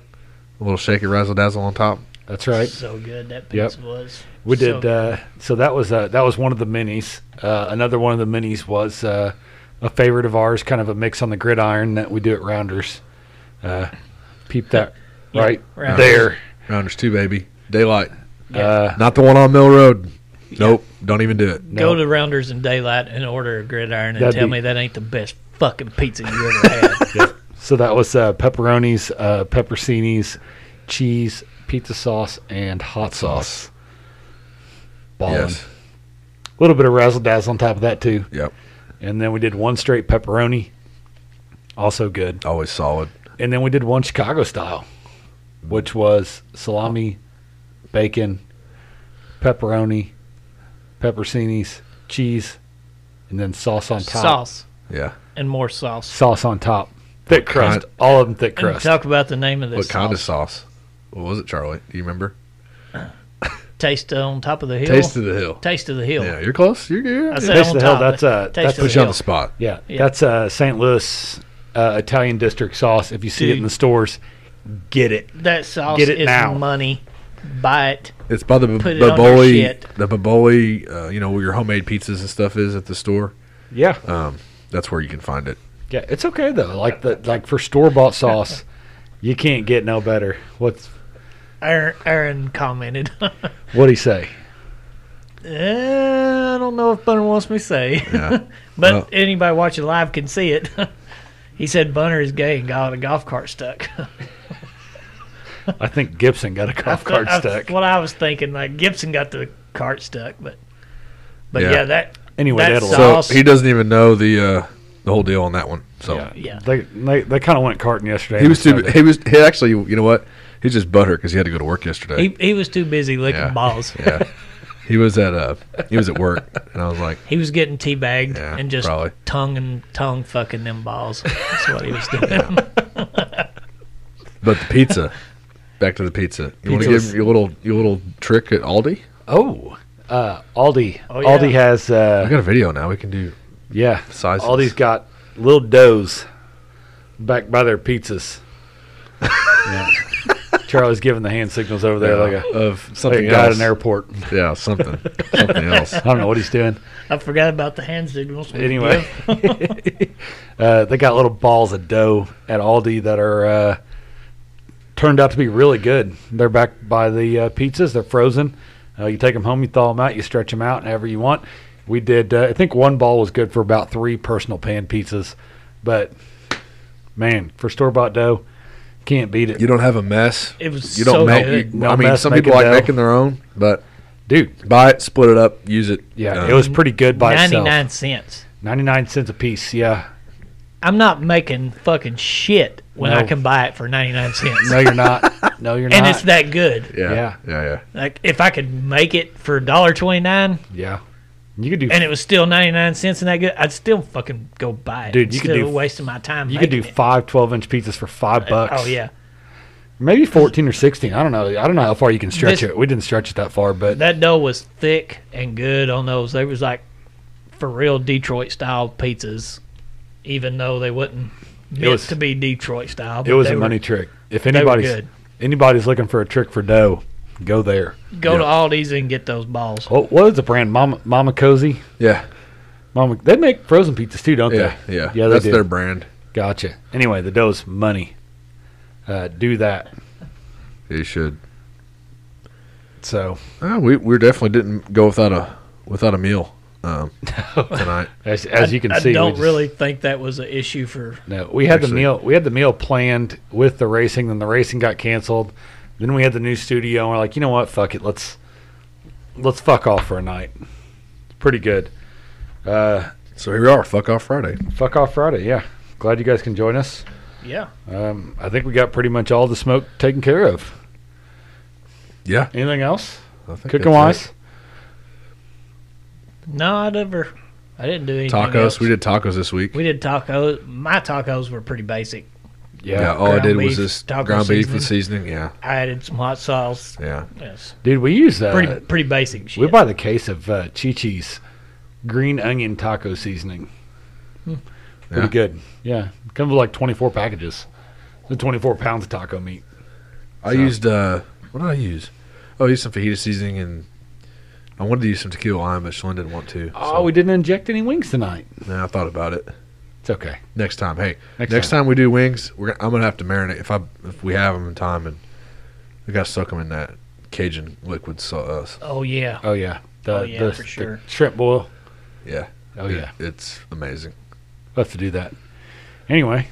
a little shaky razzle dazzle on top.
that's right.
So good that
Yep.
pizza was.
We
So
did. uh, so that was uh, that was one of the minis. Uh, another one of the minis was uh, a favorite of ours, kind of a mix on the gridiron that we do at Rounders. Uh, peep that
Yeah,
right
Rounders.
there.
Rounders two, baby, daylight,
Yeah.
Uh,
not the one on Mill Road. Nope, don't even do it.
Go
no.
to Rounders and Daylight and order a gridiron and
That'd
tell
be-
me that ain't the best fucking pizza you ever had.
so that was uh, pepperonis, uh, pepperoncinis, cheese, pizza sauce, and hot sauce. Ballin'.
Yes,
A little bit of razzle dazzle on top of that too,
yep,
and then we did one straight pepperoni, also good.
always solid.
And then we did one Chicago style, which was salami, bacon, pepperoni, pepperoncinis, cheese, and then sauce on top.
Sauce
Yeah,
and more sauce.
Sauce on top. Thick crust. All of them thick
And
crust.
talk about the name of
what
this
kind of
sauce.
sauce? What was it, Charlie? Do you remember?
Taste on top of the hill.
Taste of the hill.
Taste of the hill.
Yeah, you're close. You're good.
I said
Taste
on
of the hill,
top.
that's, uh,
Taste
that's
of
Put
the
you
hill.
on the spot.
Yeah,
Yeah.
that's uh, St. Louis uh, Italian district sauce. If you see it in
Dude.
the stores, get it.
That sauce
Get it
is
now.
money. buy it.
It's by the
Put it on their
Baboli,
shit.
the Baboli, uh, you know where your homemade pizzas and stuff is at the store.
Yeah.
Um, that's where you can find it.
Yeah, it's okay though. Like the like for store bought sauce, you can't get no better. What's
Aaron, Aaron commented. uh,
what he say?
Eh, I don't know if Bunner wants me to say,
Yeah,
but
Well-
anybody watching live can see it. he said Bunner is gay and got a golf cart stuck.
I think Gibson got a golf cart
That's
stuck.
What I was thinking, like Gibson got the cart stuck, but but
Yeah.
yeah, that
Anyway,
that
that'll-
so
sauce.
he doesn't even know the uh, the whole deal on that one. So
Yeah.
They they, they kind of went carting yesterday.
he was too. He was he actually. You know what? He's just butthurt because he had to go to work yesterday.
he, he was too busy licking
Yeah.
balls.
yeah, he was at uh he was at work, and I was like,
He was getting teabagged
Yeah,
and just
probably.
tongue and tongue fucking them balls. That's what he was doing.
but the pizza. Back to the pizza. You want to
Pizza's-
give your little your little trick at Aldi?
Oh, uh, Aldi.
Oh, yeah.
Aldi has
I
uh,
got a video now. We can do.
yeah
Sizes.
Aldi's got little doughs back by their pizzas. yeah. Charlie's giving the hand signals over there like a
of
like
something
a guy at
else.
an airport.
Yeah, something, something else.
I don't know what he's doing.
I forgot about the hand signals.
Anyway, uh, they got little balls of dough at Aldi that are uh, turned out to be really good. They're back by the uh, pizzas. They're frozen. Uh, you take them home, you thaw them out, you stretch them out, however you want. We did. Uh, I think one ball was good for about three personal pan pizzas, but man, for store bought dough, can't beat it,
You don't have a mess.
It was
You don't
so
make.
good.
You,
No
I mean,
mess,
some
make
people
it
like
dough.
making their own, but
dude.
buy it, split it up, use it.
Yeah,
Uh,
it was pretty good by
Ninety
itself.
nine cents.
Ninety nine cents a piece. Yeah,
I'm not making fucking shit when I
No.
can buy it for ninety nine cents.
no, you're not. No, you're
And
not.
it's that good.
yeah,
yeah.
yeah, yeah,
Like if I could make it for $1.29
yeah, you could do
and it was still ninety nine cents and that good, I'd still fucking go buy it.
Dude, you could
instead
do-
of wasting my time.
You could do
making it.
five 12 inch pizzas for five bucks.
Oh yeah,
Maybe 14 or 16. I don't know. I don't know how far you can stretch
This-
it. We didn't stretch it that far, but
that dough was thick and good on those. They was like for real Detroit style pizzas, even though they wouldn't meant
was-
to be Detroit style.
it
but
was
they
a
were-
money trick. If
were
anybody's
good.
anybody's looking for a trick for dough, go there.
Go to
Yeah.
Aldi's and get those balls.
What, what is the brand? Mama, Mama Cozy?
yeah,
Mama, they make frozen pizzas too, don't
yeah,
they?
yeah.
Yeah, they
That's
do.
their brand.
Gotcha. Anyway, the dough's money. Uh, do that.
You should.
So
Uh, we we definitely didn't go without a without a meal um, tonight.
as, as you can
I
see, we
don't
just-
really think that was an issue for.
No, we had the
Actually-
meal. We had the meal planned with the racing. Then the racing got canceled. Then we had the new studio, and we're like, you know what? Fuck it. Let's let's fuck off for a night. It's pretty good. Uh,
So here we are. Fuck off Friday.
fuck off Friday. Yeah, glad you guys can join us.
Yeah,
Um, I think we got pretty much all the smoke taken care of.
Yeah,
Anything else?
I think
Cooking
that's
wise,
it.
no, I never. I didn't do anything.
tacos.
else.
We did tacos this week.
We did tacos. My tacos were pretty basic.
yeah,
yeah, all I
ground
did was
beef,
this
taco
ground beef
seasoning.
with seasoning. Yeah,
I added some hot sauce.
yeah.
Yes,
dude. We use uh,
pretty pretty basic shit.
we buy the case of uh, Chi Chi's green onion taco seasoning.
Hmm.
Pretty
Yeah.
good. Yeah. Comes with like 24 packages. The 24 pounds of taco meat.
I used uh, what did I use? Oh, I used some fajita seasoning and I wanted to use some tequila lime, but Shalyn didn't want to.
Oh, we didn't inject any wings tonight.
Nah, I thought about it.
It's okay.
Next time, hey,
Next
next, time. we do wings, we're, gonna- I'm gonna have to marinate if I if we have them in time, and we gotta soak them in that Cajun liquid uh, sauce.
oh yeah,
Oh, yeah. The,
Oh, yeah,
the-
for
the
sure.
shrimp boil.
Yeah.
Oh,
It-
yeah.
it's amazing.
We'll have to do that. Anyway,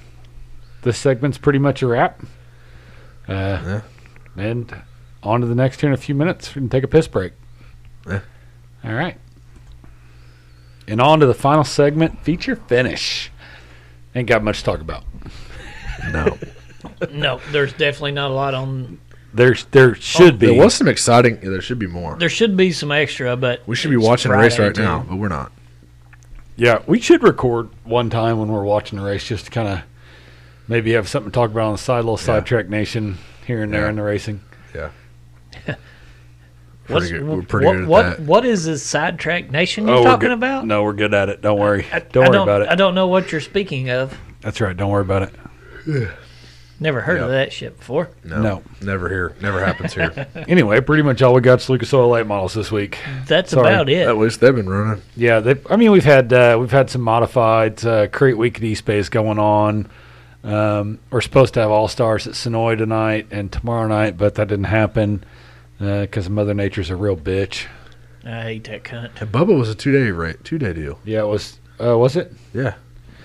this segment's pretty much a wrap. Uh, And on to the next here in a few minutes. We can take a piss break.
Yeah.
All right. And on to the final segment feature finish. Ain't got much to talk about.
No,
no, there's definitely not a lot on.
There's Oh, there should be
there was some exciting. yeah, there should be more.
There should be some extra, but
we should be
it's
watching a race
Friday,
right
too.
now, but we're not.
Yeah, we should record one time when we're watching the race just to kind of maybe have something to talk about on the side, a little sidetrack nation here and there
Yeah.
in the racing.
Yeah.
What's-
Pretty good- we're pretty
what,
good at
what,
that. Oh,
What is this sidetrack nation you're
Oh, we're
talking
good-
about?
No, we're good at it. Don't worry.
I,
don't
I
worry about it.
I don't know what you're speaking of.
That's right. Don't worry about it.
Never heard
Yep.
of that shit before.
No,
No.
never here. Never happens here.
Anyway, pretty much all we got's Lucas Oil late models this week.
That's
Sorry.
about it.
At least they've been running.
Yeah, they, I mean we've had uh, we've had some modified uh, Crate Week at East Base going on. Um, we're supposed to have All Stars at Sonoy tonight and tomorrow night, but that didn't happen because Mother Nature's a real bitch.
I hate that cunt.
And Bubba was a two day rate, two day deal.
Yeah, it was. Uh, was it?
Yeah,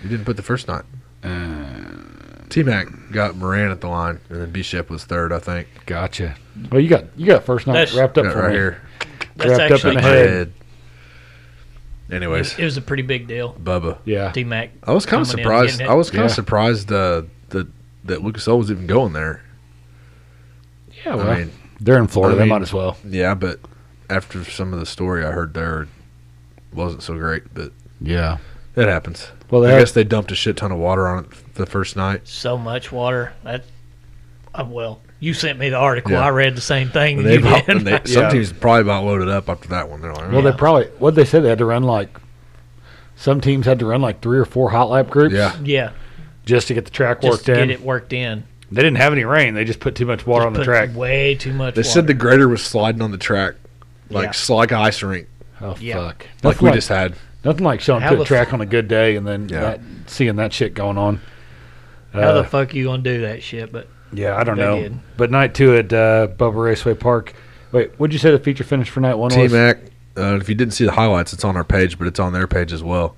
you didn't put the first night.
Uh,
T Mac got Moran at the line, and then B Shep was third, I think.
gotcha. Well, you got you got first night
That's-
wrapped up
Got it
for
right
me.
here.
That's
Wrapped up in
actually
the
Got my
head.
head.
it
Anyways,
was, it was a pretty big deal.
Bubba.
Yeah,
D Mac.
I was kind of
Coming in,
surprised.
getting it.
I was kind of
Yeah.
surprised uh, that that Lucas Oil was even going there.
yeah. Oh, Well,
I mean,
they're in Florida.
I
they
mean-
might as well.
yeah, but after some of the story I heard there, wasn't so great. But
Yeah.
it happens.
Well, they
I
have-
guess they dumped a shit ton of water on it the first night.
So much water. That. Uh, well, you sent me the article.
Yeah.
I read the same thing.
And
that
they
you
about,
did.
and they, some
Yeah.
teams probably about loaded up after that one. They're like,
Well,
"Eh."
they probably what they said they had to run like some teams had to run like three or four hot lap groups
Yeah.
yeah,
just to get the track
just
worked
to
in.
get it worked in.
They didn't have any rain. They just put too much water
Just
on the
put
track.
Way too much.
they
water.
said the grader was sliding on the track, like
Yeah.
sl- like an ice rink,
Oh
Yeah.
fuck!
like
Nothing
we just had.
nothing like showing up
How
to a
the
track on a good day and then
Yeah.
that, seeing that shit going on.
How the
Uh,
fuck you gonna do that shit? But
yeah, I don't
they
know.
did.
But night two at uh, Bubba Raceway Park. Wait, what'd you say the feature finish for night one
T
was?
Mac. Uh, if you didn't see the highlights, it's on our page, but it's on their page as well.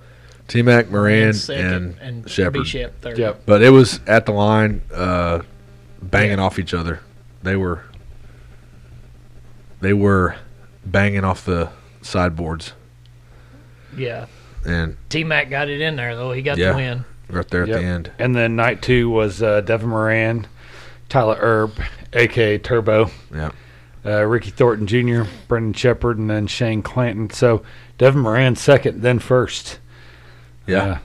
T Mac, Moran, and,
and
Shepard.
B Shep third.
Yep.
But it was at the line, uh, banging off each other. They were, they were, banging off the sideboards,
Yeah.
and
T Mac got it in there though. He got
Yeah.
the win.
right there at
Yep.
the end.
And then night two was uh, Devin Moran, Tyler Erb, aka Turbo,
Yeah,
uh, Ricky Thornton Jr., Brendan Shepard, and then Shane Clanton. So Devin Moran second, then first.
yeah.
Uh,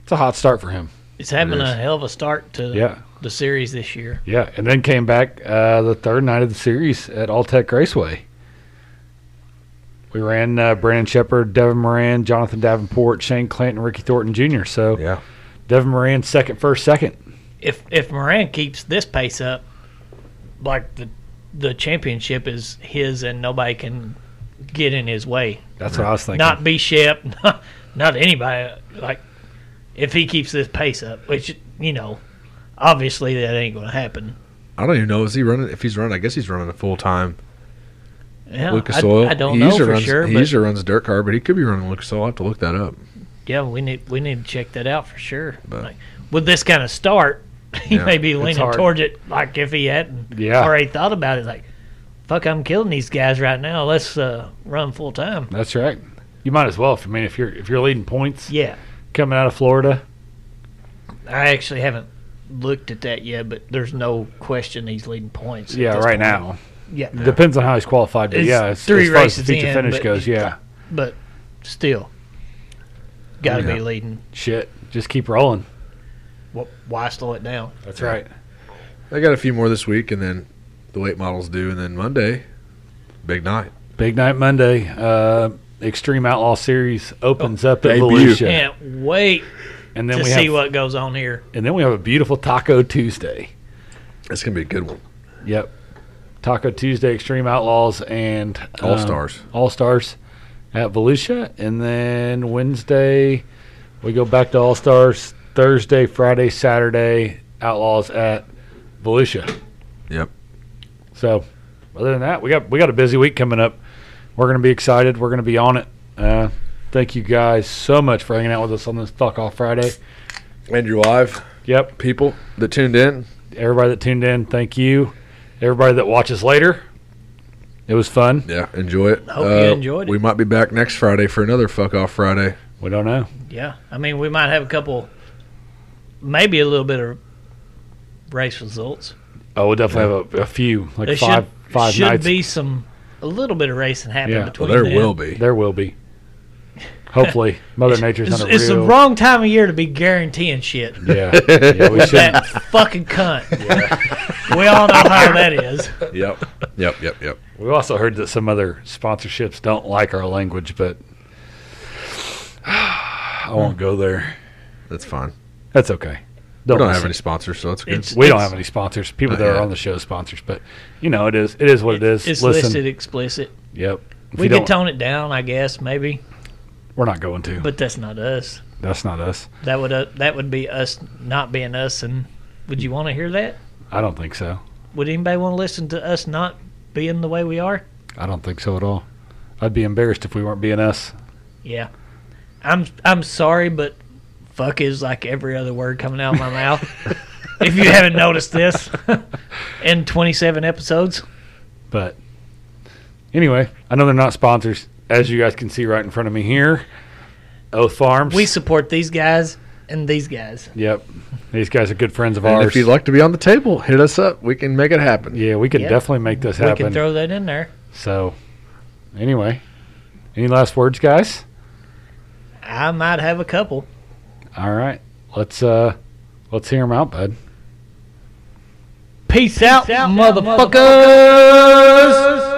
it's a hot start for him.
It's having
It is.
a hell of a start to
Yeah.
the series this year.
Yeah, and then came back uh, the third night of the series at All Tech Raceway. We ran uh, Brandon Shepard, Devin Moran, Jonathan Davenport, Shane Clanton, Ricky Thornton Jr. So
yeah,
Devin Moran second, first, second.
If if Moran keeps this pace up, like the the championship is his and nobody can get in his way.
That's what I was thinking.
Not B Shep, not, not anybody. Like if he keeps this pace up, which you know, obviously that ain't gonna happen.
I don't even know is he running. If he's running, I guess he's running a full time
Yeah,
Lucas
I,
Oil.
I don't
he
know
usually
for
runs,
sure,
He
but
usually runs dirt car, but he could be running Lucas Oil. I have to look that up.
yeah, we need we need to check that out for sure.
But-
Like, with this kind of start, he
Yeah,
may be leaning
hard.
towards it. Like if he hadn't
Yeah.
already thought about it, like fuck, I'm killing these guys right now. Let's uh, run full time.
That's right. You might as well. If, I mean, if you're if you're leading points
Yeah,
coming out of Florida,
I actually haven't looked at that yet, but there's no question he's leading points. at
yeah,
this
right
point.
now
Yeah,
depends on how he's qualified. But
It's
yeah, as,
three
as far
races
as the feature
in,
finish
but-
goes, yeah,
but still, got to
Yeah.
be leading.
shit, just keep rolling.
Wh- Why slow it down?
That's right.
They got a few more this week, and then the weight models do, and then Monday, big night.
Big night Monday. Uh, Extreme Outlaw Series opens up at
debut.
Volusia.
Can't wait
And then
Oh. to
we
see
have,
what goes on here.
and then we have a beautiful Taco Tuesday.
It's gonna be a good one.
Yep, Taco Tuesday, Extreme Outlaws, and
All Stars.
All Stars at Volusia, and then Wednesday we go back to All Stars. Thursday, Friday, Saturday, Outlaws at Volusia.
Yep.
So, other than that, we got we got a busy week coming up. We're gonna be excited. We're gonna be on it. Uh, thank you guys so much for hanging out with us on this Fuck Off Friday.
Andrew Live
Yep,
people that tuned in.
everybody that tuned in, thank you. Everybody that watches later, it was fun.
Yeah, enjoy it. Uh,
Hope you enjoyed it.
We might be back next Friday for another fuck off Friday.
We don't know.
Yeah, I mean, we might have a couple, maybe a little bit of race results.
Oh, we'll definitely have a, a few, like
There
five
should
five
should
nights.
be some a little bit of racing happening
Yeah. Well,
between
Well, there
then.
will be.
There will be. Hopefully, Mother Nature's
It's,
not a
it's the
real.
wrong time of year to be guaranteeing shit.
yeah, yeah, we should.
That fucking cunt. we all know how that is.
Yep. Yep. Yep. Yep.
We also heard that some other sponsorships don't like our language, but I won't go there.
That's fine.
That's okay. They'll
We don't have
listen.
any sponsors, so that's good.
It's-
We don't have any sponsors. People
Not
that are
yet.
on the show is sponsors, but you know it is. It is what it is.
It's
Listen,
listed explicit.
Yep. If
we
you
could
don't-
tone it down, I guess, maybe,
we're not going to.
but that's not us.
That's not us.
That would uh, that would be us not being us. And would you want to hear that?
I don't think so.
Would anybody want to listen to us not being the way we are?
I don't think so at all. I'd be embarrassed if we weren't being us.
Yeah, I'm I'm sorry, but fuck is like every other word coming out of my mouth. if you haven't noticed this, in 27 episodes,
But anyway, I know they're not sponsors, as you guys can see right in front of me here. Oath Farms.
we support these guys and these guys.
yep. These guys are good friends of
And
ours.
if you'd like to be on the table, hit us up. We can make it happen.
yeah, we could
Yep.
definitely make this
We can
happen.
throw that in there.
so, anyway, any last words, guys?
I might have a couple.
All right, let's uh, let's hear them out, bud.
Peace, out, motherfuckers.